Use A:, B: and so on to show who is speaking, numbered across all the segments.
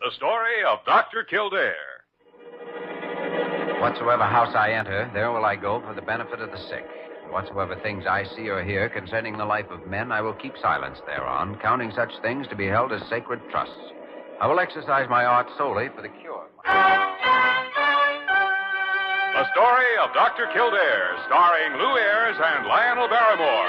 A: The story of Dr. Kildare.
B: Whatsoever house I enter, there will I go for the benefit of the sick. And Whatsoever things I see or hear concerning the life of men, I will keep silence thereon, counting such things to be held as sacred trusts. I will exercise my art solely for the cure.
A: The story of Dr. Kildare, starring Lou Ayres and Lionel Barrymore.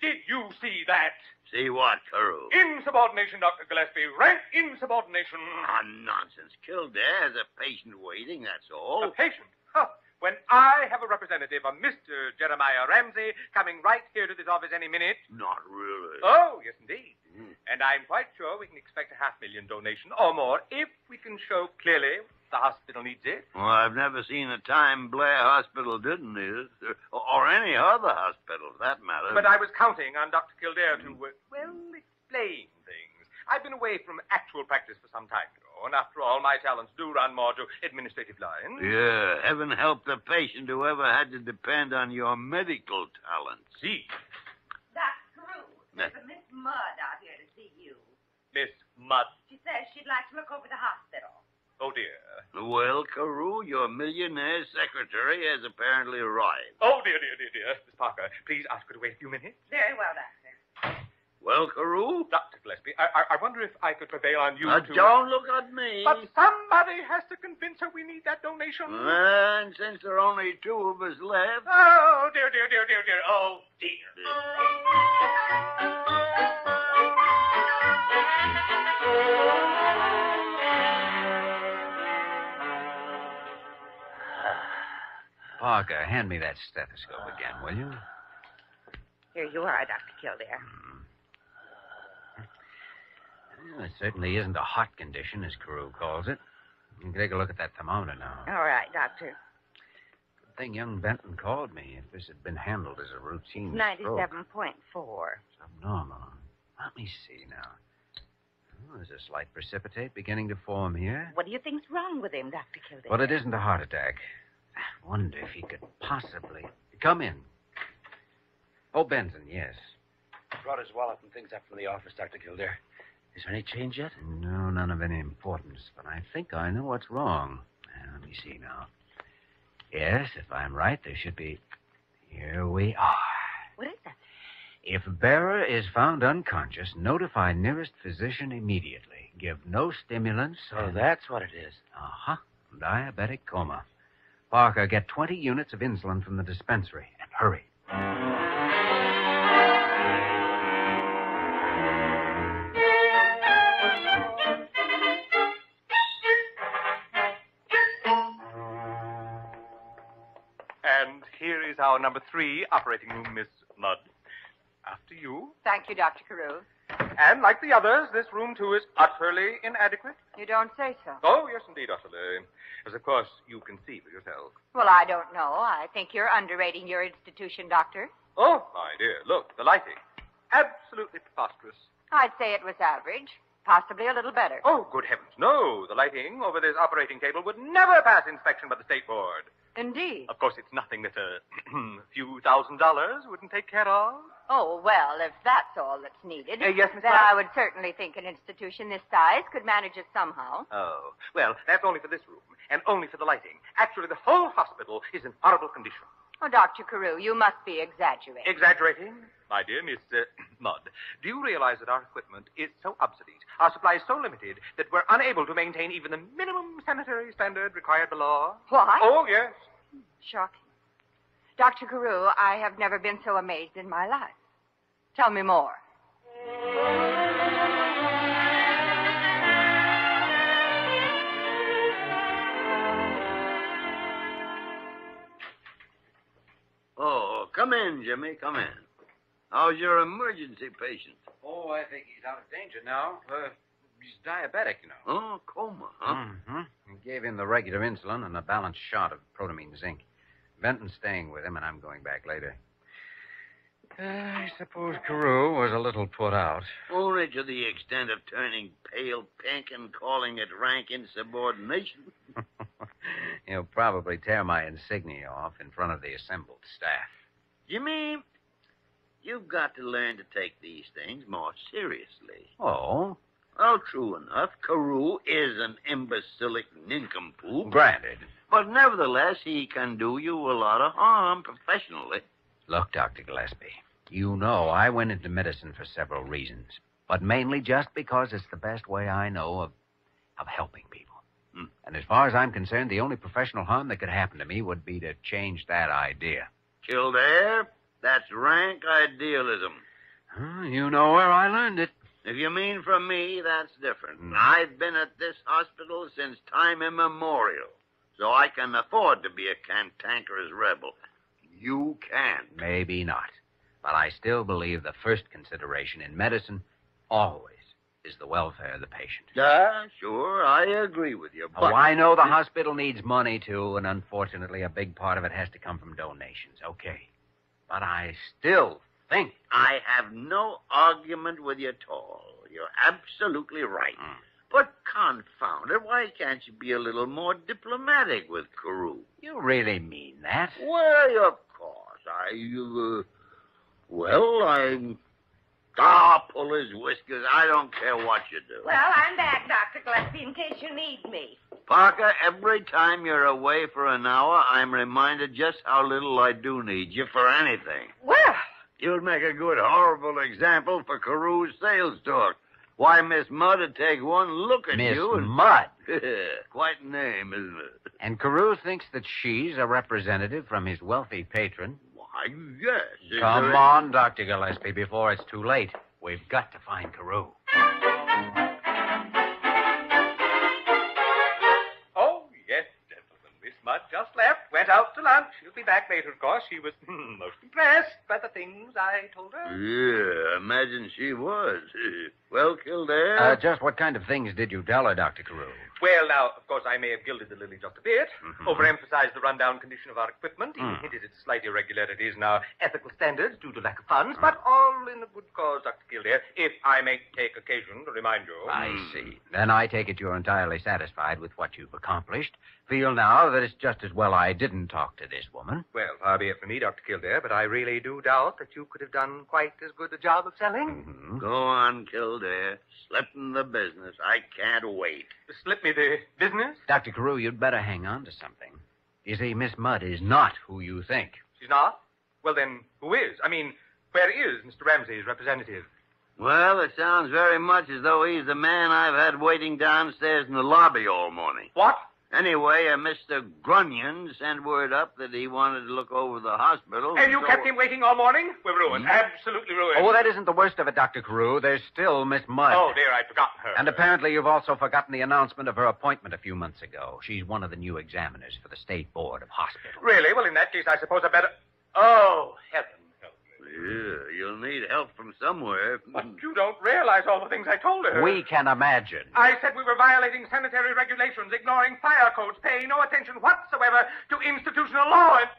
C: Did you see that?
D: See what, Carew?
C: Insubordination, Dr. Gillespie. Rank insubordination.
D: Ah, nonsense. Kildare has a patient waiting, that's
C: A
D: all.
C: patient. Huh. When I have a representative, a Mr. Jeremiah Ramsey, coming right here to this office any minute.
D: Not really.
C: Oh, yes, indeed.
D: Hmm.
C: And I'm quite sure we can expect a half million donation or more if we can show clearly the hospital needs it.
D: Well, I've never seen a time Blair Hospital didn't need it, or, or any other hospital, for that matter.
C: But I was counting on Dr. Kildare to, uh, well, explain things. I've been away from actual practice for some time, you know, and after all, my talents do run more to administrative lines.
D: Yeah, heaven help the patient who ever had to depend on your medical talents.
C: See,
E: Dr. Carew, there's a Miss Mudd out here to see you.
C: Miss Mudd.
E: She says she'd like to look over the hospital.
C: Oh, dear.
D: Well, Carew, your millionaire secretary has apparently arrived.
C: Oh, dear, dear, dear, dear. Miss Parker, please ask her to wait a few minutes.
E: Very well, Doctor.
D: Well, Carew?
C: Dr. Gillespie, I, I, I wonder if I could prevail on you
D: Now,
C: to...
D: don't look at me.
C: But somebody has to convince her we need that donation.
D: And since there are only two of us left,
C: Oh, dear, dear, dear, dear, dear. Oh, dear.
B: Parker, hand me that stethoscope again, will you?
E: Here you are, Dr. Kildare.
B: Hmm. Well, it certainly isn't a hot condition, as Carew calls it. You can take a look at that thermometer now.
E: All right, Doctor.
B: Good thing young Benton called me. If this had been handled as a routine stroke,
E: 97.4.
B: it's abnormal. Let me see now. Oh, there's a slight precipitate beginning to form here.
E: What do you think's wrong with him, Dr. Kildare?
B: But it isn't a heart attack. I wonder if he could possibly. Come in. Oh, Benton, yes.
F: Brought his wallet and things up from the office, Dr. Kildare. Is there any change yet?
B: No, none of any importance, but I think I know what's wrong. Now, let me see now. Yes, if I'm right, there should be. Here we are.
E: What is that?
B: If bearer is found unconscious, notify nearest physician immediately. Give no stimulants.
F: Oh,
B: and-
F: that's what it is.
B: Uh huh. Diabetic coma. Parker, get 20 units of insulin from the dispensary and hurry.
C: And here is our number three operating room, Miss Mudd. After you.
G: Thank you, Dr. Carew.
C: And like the others, this room too is utterly inadequate.
G: You don't say so.
C: Oh, yes, indeed, utterly. As of course you can see for yourself.
G: Well, I don't know. I think you're underrating your institution, Doctor.
C: Oh, my dear, look, the lighting. Absolutely preposterous.
G: I'd say it was average, possibly a little better.
C: Oh, good heavens, no. The lighting over this operating table would never pass inspection by the State Board.
G: Indeed.
C: Of course, it's nothing that a few thousand dollars wouldn't take care of.
G: Oh, well, if that's all that's needed.
C: Uh, yes, Miss
G: Then
C: Lyle.
G: I would certainly think an institution this size could manage it somehow.
C: Oh, well, that's only for this room, and only for the lighting. Actually, the whole hospital is in horrible condition.
G: Oh, Dr. Carew, you must be exaggerating.
C: Exaggerating? My dear Miss uh, Mudd, do you realize that our equipment is so obsolete, our supply is so limited, that we're unable to maintain even the minimum sanitary standard required by law?
G: Why?
C: Oh, yes.
G: Shocking. Dr. Carew, I have never been so amazed in my life. Tell me more.
D: Oh, come in, Jimmy. Come in. How's your emergency patient?
B: Oh, I think he's out of danger now. Uh, he's diabetic, you know.
D: Oh, coma, huh?
B: Mm-hmm. We gave him the regular insulin and a balanced shot of protamine zinc. Benton's staying with him, and I'm going back later. Uh, I suppose Carew was a little put out.
D: Only to the extent of turning pale pink and calling it rank insubordination.
B: He'll probably tear my insignia off in front of the assembled staff.
D: Jimmy, you've got to learn to take these things more seriously.
B: Oh,
D: Well, true enough, Carew is an imbecilic nincompoop,
B: granted.
D: but nevertheless, he can do you a lot of harm professionally.
B: Look, Dr. Gillespie, you know I went into medicine for several reasons, but mainly just because it's the best way I know of, of helping people.
D: Hmm.
B: And as far as I'm concerned, the only professional harm that could happen to me would be to change that idea.
D: Kildare, that's rank idealism.
B: Huh, you know where I learned it.
D: If you mean from me, that's different.
B: Hmm.
D: I've been at this hospital since time immemorial, so I can afford to be a cantankerous rebel. You can.
B: Maybe not. But I still believe the first consideration in medicine always is the welfare of the patient.
D: Yeah, sure, I agree with you. But
B: Oh, I know the hospital needs money, too, and unfortunately, a big part of it has to come from donations. Okay. But I still think.
D: I have no argument with you at all. You're absolutely right.
B: Mm.
D: But confound it, why can't you be a little more diplomatic with Carew?
B: You really mean that?
D: Why, of course. I, uh, well, I'm. Ah, pull his whiskers. I don't care what you do.
E: Well, I'm back, Dr. Gillespie, in case you need me.
D: Parker, every time you're away for an hour, I'm reminded just how little I do need you for anything.
G: Well,
D: You'd make a good, horrible example for Carew's sales talk. Why, Miss Mudd would take one look at
B: Miss
D: you and.
B: Mudd.
D: Quite a name, isn't it?
B: And Carew thinks that she's a representative from his wealthy patron.
D: Why, yes. Is
B: Come
D: there-
B: on, Dr. Gillespie, before it's too late. We've got to find Carew.
C: Oh, yes, gentlemen. Miss Mudd just left, went out to lunch. She'll be back later, of course. She was hmm, most impressed by the things I told her.
D: Yeah, imagine she was. well, Kildare.
B: Uh, just what kind of things did you tell her, Dr. Carew?
C: Well, now, of course, I may have gilded the lily just a bit,
B: Mm-hmm.
C: overemphasized the rundown condition of our equipment,
B: Mm.
C: even hinted at slight irregularities in our ethical standards due to lack of
B: Mm.
C: funds, but all in a good cause, Dr. Kildare, if I may take occasion to remind
D: Oh.
C: you. Mm.
B: I see. Then I take it you're entirely satisfied with what you've accomplished. Feel now that it's just as well I didn't talk to this woman.
C: Well, far be it from me, Dr. Kildare, but I really do doubt that you could have done quite as good a job of selling.
B: Mhm.
D: Go on, Kildare. Slip in the business. I can't wait.
C: Slip me the business?
B: Dr. Carew, you'd better hang on to something. You see, Miss Mudd is not who you think.
C: She's not? Well, then, who is? I mean, where is Mr. Ramsey's representative?
D: Well, it sounds very much as though he's the man I've had waiting downstairs in the lobby all morning.
C: What?
D: Anyway, a Mr. Grunion sent word up that he wanted to look over the hospital.
C: And you
D: so-
C: kept him waiting all morning? We're ruined. Absolutely ruined.
B: Mm. Oh, that isn't the worst of it, Dr. Carew. There's still Miss Mudd.
C: Oh, dear, I'd forgotten her.
B: And apparently, you've also forgotten the announcement of her appointment a few months ago. She's one of the new examiners for the State Board of Hospitals.
C: Really? Well, in that case, I suppose I better. Oh, heaven help me.
D: Yeah, you'll need help from somewhere.
C: But you don't realize all the things I told her.
B: We can imagine.
C: I said we were violating sanitary regulations, ignoring fire codes, paying no attention whatsoever to institutional law, and.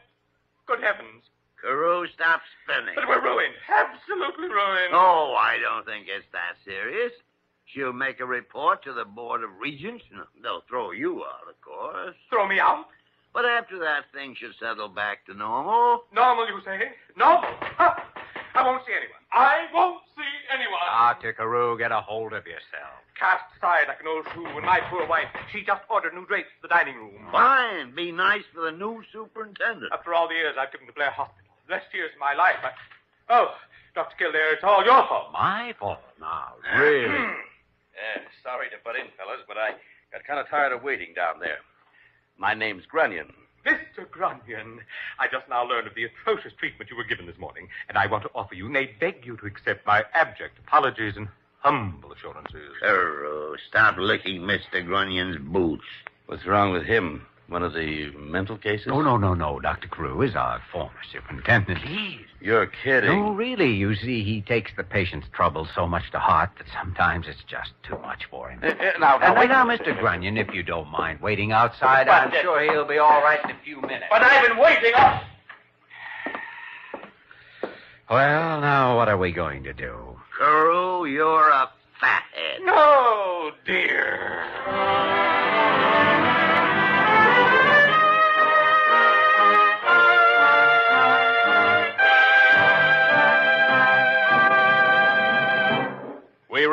C: Good heavens.
D: Carew, stop spinning.
C: But we're ruined. Absolutely ruined.
D: Oh, I don't think it's that serious. She'll make a report to the Board of Regents. No, They'll throw you out, of course.
C: Throw me out.
D: But after that, things should settle back to normal.
C: Normal, you say? Normal. Huh. I won't see anyone. I won't see anyone.
B: Dr. Carew, get a hold of yourself.
C: Cast aside like an old shoe, and my poor wife, she just ordered new drapes for the dining room.
D: Fine. Be nice for the new superintendent.
C: After all the years I've given to Blair Hospital, the best years of my life, I... Oh, Dr. Kildare, it's all your fault.
B: My fault now, really.
F: Yeah, sorry to butt in, fellas, but I got kind of tired of waiting down there. My name's Grunion.
C: Mr. Grunion, I just now learned of the atrocious treatment you were given this morning, and I want to offer you, nay, beg you to accept my abject apologies and humble assurances.
F: Uh,
D: Carew, stop licking Mr. Grunion's boots.
F: What's wrong with him? One of the mental cases?
B: No, no, no, no. Dr. Carew is our former superintendent. Please.
F: You're kidding.
B: No, really. You see, he takes the patient's troubles so much to heart that sometimes it's just too much for him.
C: Uh,
F: Eh, eh, now,
B: And
F: now, wait
B: now, Mr. Grunion, if you don't mind waiting outside, I'm sure he'll be all right in a few minutes.
C: But I've been waiting up.
B: Well, now, what are we going to do?
D: Carew, you're a fathead.
C: No, dear.
A: We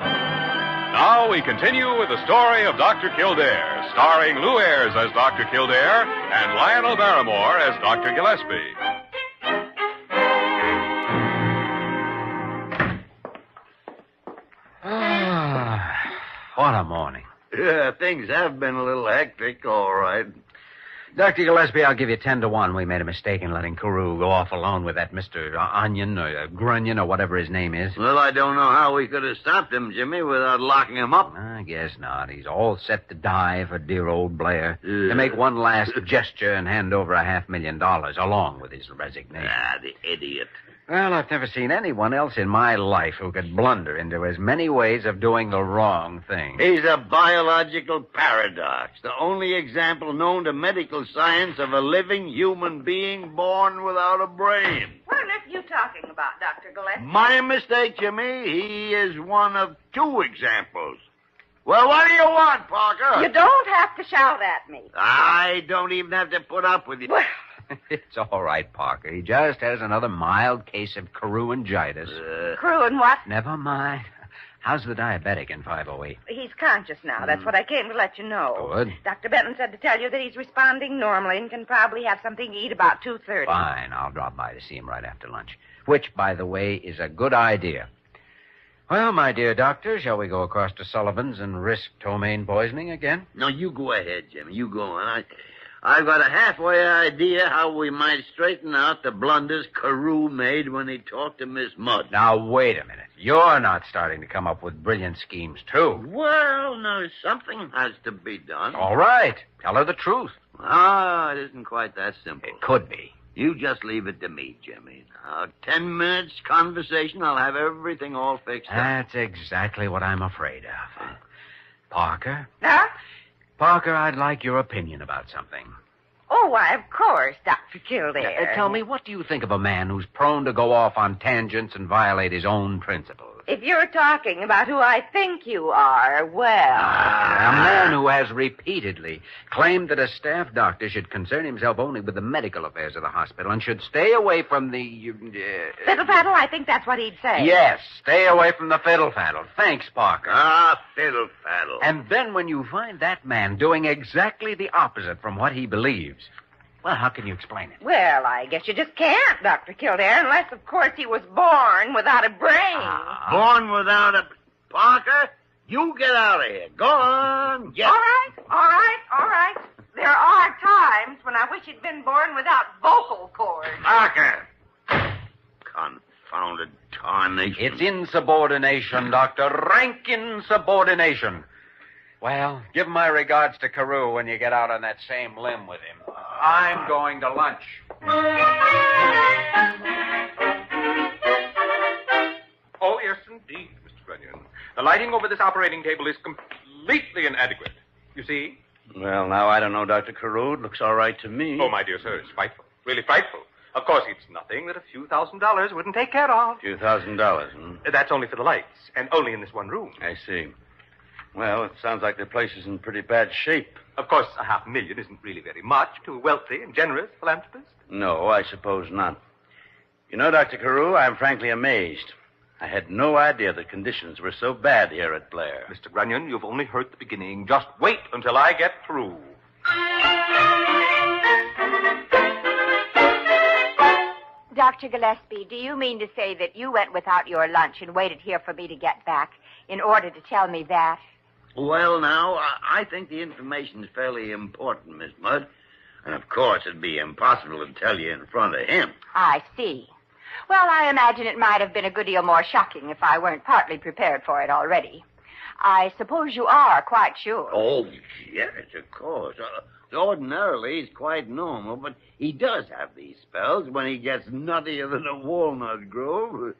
A: Now we continue with the story of Dr. Kildare, starring Lou Ayres as Dr. Kildare and Lionel Barrymore as Dr. Gillespie.
B: Ah, what a morning.
D: Yeah, things have been a little hectic, all right.
B: Dr. Gillespie, I'll give you 10 to 1. We made a mistake in letting Carew go off alone with that Mr. Onion or uh, Grunion or whatever his name is.
D: Well, I don't know how we could have stopped him, Jimmy, without locking him up.
B: I guess not. He's all set to die for dear old Blair. To make one last gesture and hand over a half million dollars along with his resignation.
D: Ah, the idiot.
B: Well, I've never seen anyone else in my life who could blunder into as many ways of doing the wrong thing.
D: He's a biological paradox, the only example known to medical science of a living human being born without a brain.
E: What on earth are you talking about, Dr. Gillespie?
D: My mistake, Jimmy. He is one of two examples. Well, what do you want, Parker?
E: You don't have to shout at me.
B: Uh,
D: I don't even have to put up with you.
E: Well,
B: It's all right, Parker. He just has another mild case of caruangitis.
D: Uh,
E: crew and what?
B: Never mind. How's the diabetic in 508?
E: He's conscious now.
B: Hmm.
E: That's what I came to let you know.
B: Good.
E: Dr. Benton said to tell you that he's responding normally and can probably have something to eat about 2.30.
B: Fine. I'll drop by to see him right after lunch, which, by the way, is a good idea. Well, my dear doctor, shall we go across to Sullivan's and risk ptomaine poisoning again?
D: no, you go ahead, Jimmy. You go on. I, I've got a halfway idea how we might straighten out the blunders Carew made when he talked to Miss Mudd.
B: Now, wait a minute. You're not starting to come up with brilliant schemes, too.
D: Well, now, something has to be done.
B: All right. Tell her the truth.
D: Ah, it isn't quite that simple.
B: It could be.
D: You just leave it to me, Jimmy. Now, ten minutes conversation, I'll have everything all fixed up.
B: That's exactly what I'm afraid of. Parker? Parker, I'd like your opinion about something.
G: Oh, why, of course, Dr. Kildare.
B: Uh, tell me, what do you think of a man who's prone to go off on tangents and violate his own principles?
G: If you're talking about who I think you are, well.
B: A man who has repeatedly claimed that a staff doctor should concern himself only with the medical affairs of the hospital and should stay away from the. uh,
G: Fiddle Faddle, I think that's what he'd say.
B: Yes, stay away from the fiddle faddle. Thanks, Parker.
D: Ah, fiddle faddle.
B: And then when you find that man doing exactly the opposite from what he believes, well, how can you explain it?
G: Well, I guess you just can't, Dr. Kildare, unless, of course, he was born without a brain.
B: Ah.
D: Born without a. Parker, you get out of here. Go on. Get
G: All right, all right, all right. There are times when I wish he'd been born without vocal cords.
D: Parker. Confounded tarnation.
B: It's insubordination, Doctor. Rank insubordination. Well, give my regards to Carew when you get out on that same limb with him. I'm going to lunch.
C: Oh, yes, indeed, Mr. Grenion. The lighting over this operating table is completely inadequate. You see?
F: Well, now, I don't know, Dr. Carew. Looks all right to me.
C: Oh, my dear sir, it's frightful. Really frightful. Of course, it's nothing that a few thousand dollars wouldn't take care of.
F: Few thousand dollars, hmm?
C: That's only for the lights, and only in this one room.
F: I see. Well, it sounds like the place is in pretty bad shape.
C: Of course, a half million isn't really very much to a wealthy and generous philanthropist.
F: No, I suppose not. You know, Dr. Carew, I'm frankly amazed. I had no idea the conditions were so bad here at Blair.
C: Mr. Grunion, you've only heard the beginning. Just wait until I get through.
G: Dr. Gillespie, do you mean to say that you went without your lunch and waited here for me to get back in order to tell me that?
D: Well, now, I, I think the information's fairly important, Miss Mudd. And of course, it'd be impossible to tell you in front of him.
G: I see. Well, I imagine it might have been a good deal more shocking if I weren't partly prepared for it already. I suppose you are quite sure.
D: Oh, yes, of course. Uh, ordinarily, he's quite normal, but he does have these spells when he gets nuttier than a walnut grove.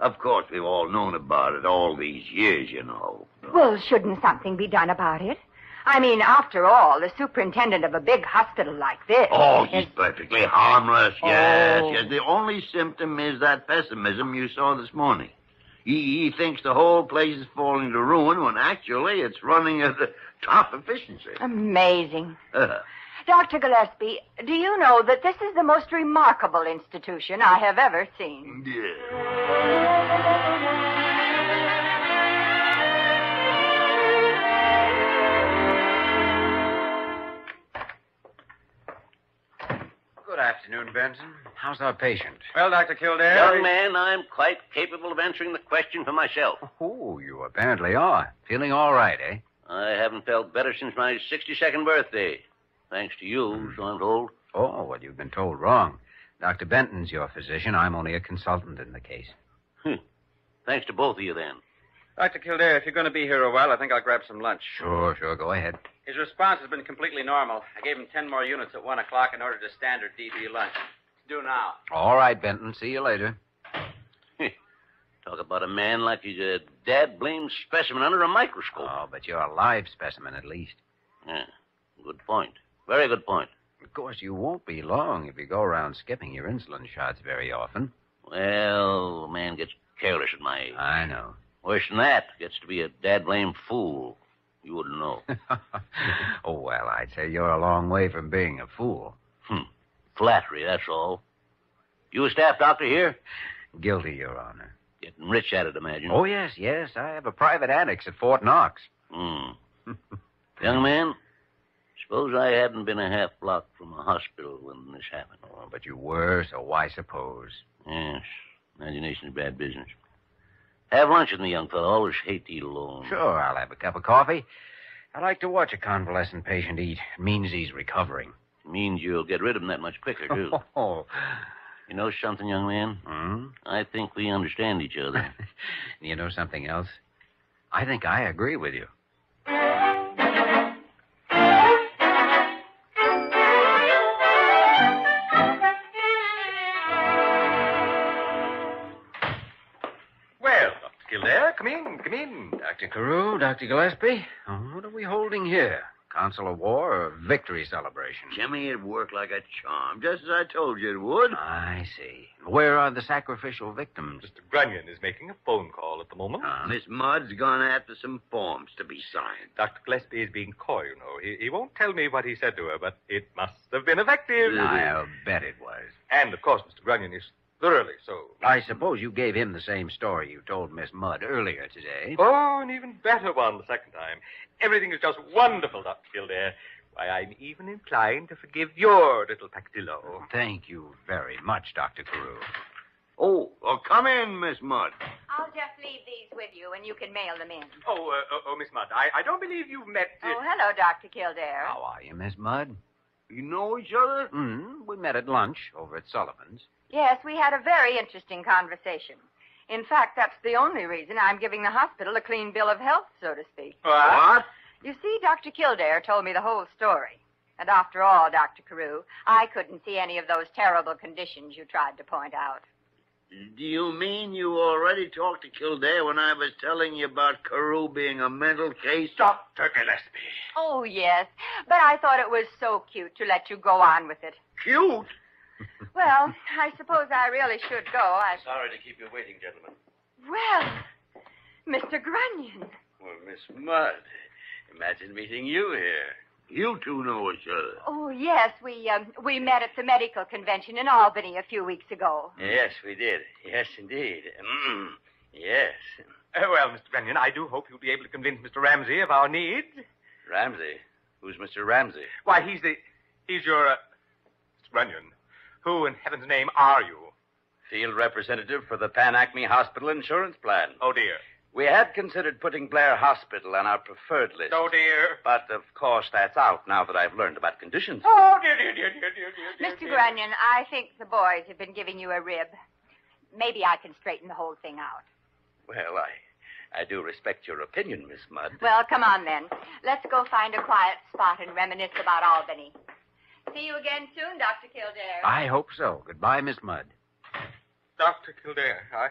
D: Of course, we've all known about it all these years, you know.
G: Well, shouldn't something be done about it? I mean, after all, the superintendent of a big hospital like this.
D: Oh, he's perfectly harmless. Yes, yes. The only symptom is that pessimism you saw this morning. He, he thinks the whole place is falling to ruin when actually it's running at the top efficiency.
G: Um,
D: Uh-huh.
G: Amazing. Dr. Gillespie, do you know that this is the most remarkable institution I have ever seen?
D: yeah.
B: Good afternoon, Benson. How's our patient?
C: Well, Dr. Kildare.
F: Young man, I'm quite capable of answering the question for myself.
B: Oh, you apparently are. Feeling all right, eh?
F: I haven't felt better since my 62nd birthday. Thanks to you, so I'm told.
B: Oh, well, you've been told wrong. Dr. Benton's your physician. I'm only a consultant in the case.
F: Thanks to both of you, then.
C: Dr. Kildare, if you're going to be here a while, I think I'll grab some lunch.
B: Sure, sure. Go ahead.
H: His response has been completely normal. I gave him ten more units at one o'clock in order to standard DB lunch. It's due now.
B: All right, Benton. See you later.
F: Talk about a man like he's a dad blamed specimen under a microscope.
B: Oh, but you're a live specimen at least.
F: Yeah, good point. Very good point.
B: Of course, you won't be long if you go around skipping your insulin shots very often.
F: Well, a man gets careless at my age.
B: I know.
F: Worse than that, gets to be a dad blamed fool. You wouldn't know.
B: oh, well, I'd say you're a long way from being a fool.
F: Flattery, that's all. You a staff doctor here?
B: Guilty, Your Honor.
F: Getting rich at it, imagine.
B: Oh, yes, yes. I have a private annex at Fort Knox.
F: Hmm. Young man, suppose I hadn't been a half block from a hospital when this happened.
B: Oh, but you were, so why suppose?
F: Yes. Imagination's bad business. Have lunch with me, young fellow. Always hate to eat alone.
B: Sure, I'll have a cup of coffee. I like to watch a convalescent patient eat. It means he's recovering.
D: It means you'll get rid of him that much quicker, too.
B: Oh.
D: you know something, young man?
B: Hmm?
D: I think we understand each other.
B: You know something else? I think I agree with you.
C: Well, Dr. Kildare, come in, come in.
B: Dr. Carew, Dr. Gillespie, uh, what are we holding here? Council of War or victory celebration?
D: Jimmy, it worked like a charm, just as I told you it would.
B: I see. Where are the sacrificial victims?
C: Mr. Grunion is making a phone call at the moment.
F: Uh-huh.
B: Huh?
D: Miss Mudd's gone after some forms to be signed.
C: Dr. Gillespie is being coy, you know. He, he won't tell me what he said to her, but it must have been effective.
B: I'll bet it was.
C: And, of course, Mr. Grunion is thoroughly so.
B: I suppose you gave him the same story you told Miss Mudd earlier today.
C: Oh, an even better one the second time. Everything is just wonderful, Dr. Kildare. Why, I'm even inclined to forgive your little peccadillo.
B: Thank you very much, Dr. Carew.
D: Oh, well, come in, Miss Mudd.
G: I'll just leave these with you, and you can mail them in.
C: Oh, uh, oh, oh, Miss Mudd, I, I don't believe you've met... uh,
G: Oh, hello, Dr. Kildare.
B: How are you, Miss Mudd?
D: You know each other?
B: Mm, we met at lunch over at Sullivan's.
G: Yes, we had a very interesting conversation. In fact, that's the only reason I'm giving the hospital a clean bill of health, so to speak.
C: Oh. Ah,
D: What?
G: You see, Dr. Kildare told me the whole story. And after all, Dr. Carew, I couldn't see any of those terrible conditions you tried to point out.
D: Do you mean you already talked to Kildare when I was telling you about Carew being a mental case?
C: Dr. Gillespie.
G: Oh, yes, but I thought it was so cute to let you go on with it.
D: Cute.
G: Well, I suppose I really should go. I...
H: Sorry to keep you waiting, gentlemen.
G: Well, Mr. Grunion.
F: Well, Miss Mudd, imagine meeting you here.
D: You two know each other.
G: Oh, yes, we, um, we met at the medical convention in Albany a few weeks ago.
F: Yes, we did. Yes, indeed. Mm, yes.
C: Uh, well, Mr. Grunion, I do hope you'll be able to convince Mr. Ramsey of our need.
F: Ramsey. Who's Mr. Ramsey?
C: Why, he's the... He's your... Uh, Mr. Grunion, who in heaven's name are you?
F: Field representative for the Pan Acme Hospital Insurance Plan.
C: Oh, dear.
F: We had considered putting Blair Hospital on our preferred list.
C: Oh, dear.
F: But, of course, that's out now that I've learned about conditions.
C: Oh, dear, dear, dear, dear, dear, dear,
G: Mr.
C: dear.
G: Grunion, I think the boys have been giving you a rib. Maybe I can straighten the whole thing out.
F: Well, I, I do respect your opinion, Miss Mudd.
G: Well, come on then. Let's go find a quiet spot and reminisce about Albany. See you again soon, Dr. Kildare.
B: I hope so. Goodbye, Miss Mudd.
C: Dr. Kildare, I...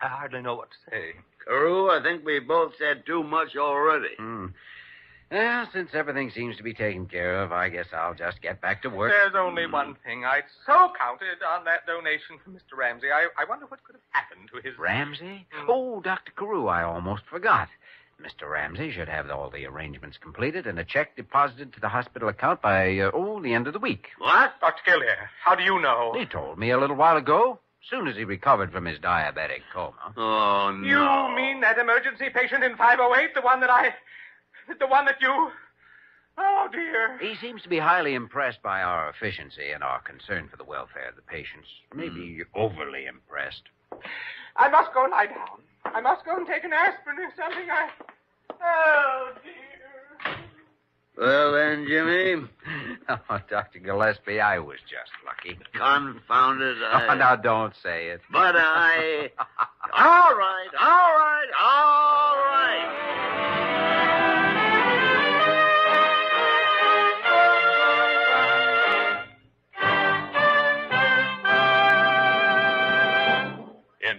C: I hardly know what to say.
D: Carew, I think we both said too much already.
B: Hmm. Well, since everything seems to be taken care of, I guess I'll just get back to work.
C: There's only one thing. I'd so counted on that donation from Mr. Ramsey. I, I wonder what could have happened to his.
B: Ramsey?
C: Mm.
B: Oh, Dr. Carew, I almost forgot. Mr. Ramsey should have all the arrangements completed and a check deposited to the hospital account by, uh, oh, the end of the week.
D: What?
C: Dr. Kildare, how do you know?
B: He told me a little while ago, soon as he recovered from his diabetic coma.
D: Oh, no.
C: You mean that emergency patient in 508, the one that I. the one that you. Oh, dear.
B: He seems to be highly impressed by our efficiency and our concern for the welfare of the patients. Maybe overly impressed.
C: I must go lie down. I must go and take an aspirin or something. I. Oh, dear.
D: Well, then, Jimmy,
B: oh, Dr. Gillespie, I was just lucky.
D: confounded. I...
B: Oh, now don't say it.
D: But I. All right, all right, all right.
A: In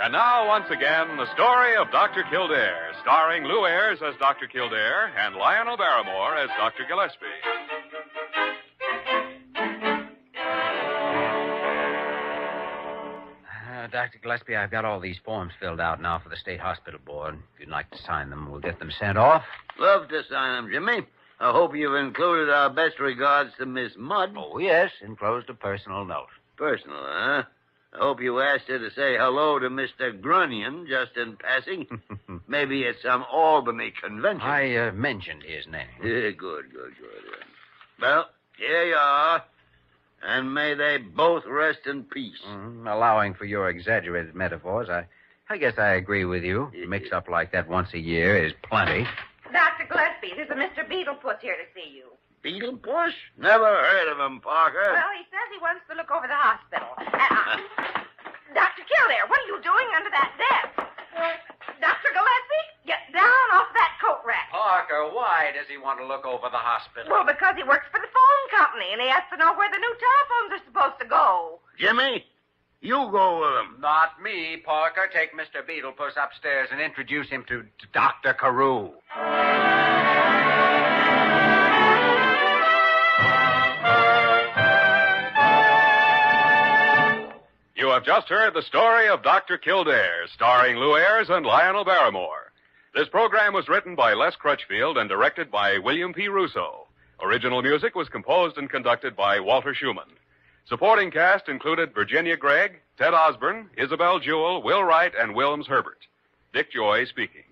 A: And now, once again, the story of Dr. Kildare, starring Lou Ayres as Dr. Kildare and Lionel Barrymore as Dr. Gillespie.
B: Dr. Uh, Gillespie, I've got all these forms filled out now for the State Hospital Board. If you'd like to sign them, we'll get them sent off.
D: Love to sign 'em, Jimmy. I hope you've included our best regards to Miss Mudd.
B: Oh, yes, enclosed a personal note.
D: Personal, huh? I hope you asked her to say hello to Mr. Grunion just in passing. Maybe at some Albany convention.
B: I uh, mentioned his name.
D: Yeah, good, good, good. Well, here you are. And may they both rest in peace.
B: Mm, allowing for your exaggerated metaphors, I, I guess I agree with you. Mix up like that once a year is plenty.
G: Dr. Gillespie, there's a Mr. Beetlepuss here to see you.
D: Beetle Bush? Never heard of him, Parker.
G: Well, he says he wants to look over the hospital. Uh, Dr. Kildare, what are you doing under that desk? Dr. Gillespie, get down off that coat rack.
B: Parker, why does he want to look over the hospital?
G: Well, because he works for the phone company and he has to know where the new telephones are supposed to go.
D: Jimmy, you go with him.
B: Not me, Parker. Take Mr. Beetlepuss upstairs and introduce him to Dr. Carew.
A: You have just heard the story of Dr. Kildare, starring Lou Ayres and Lionel Barrymore. This program was written by Les Crutchfield and directed by William P. Russo. Original music was composed and conducted by Walter Schumann. Supporting cast included Virginia Gregg, Ted Osborne, Isabel Jewell, Will Wright, and Wilms Herbert. Dick Joy speaking.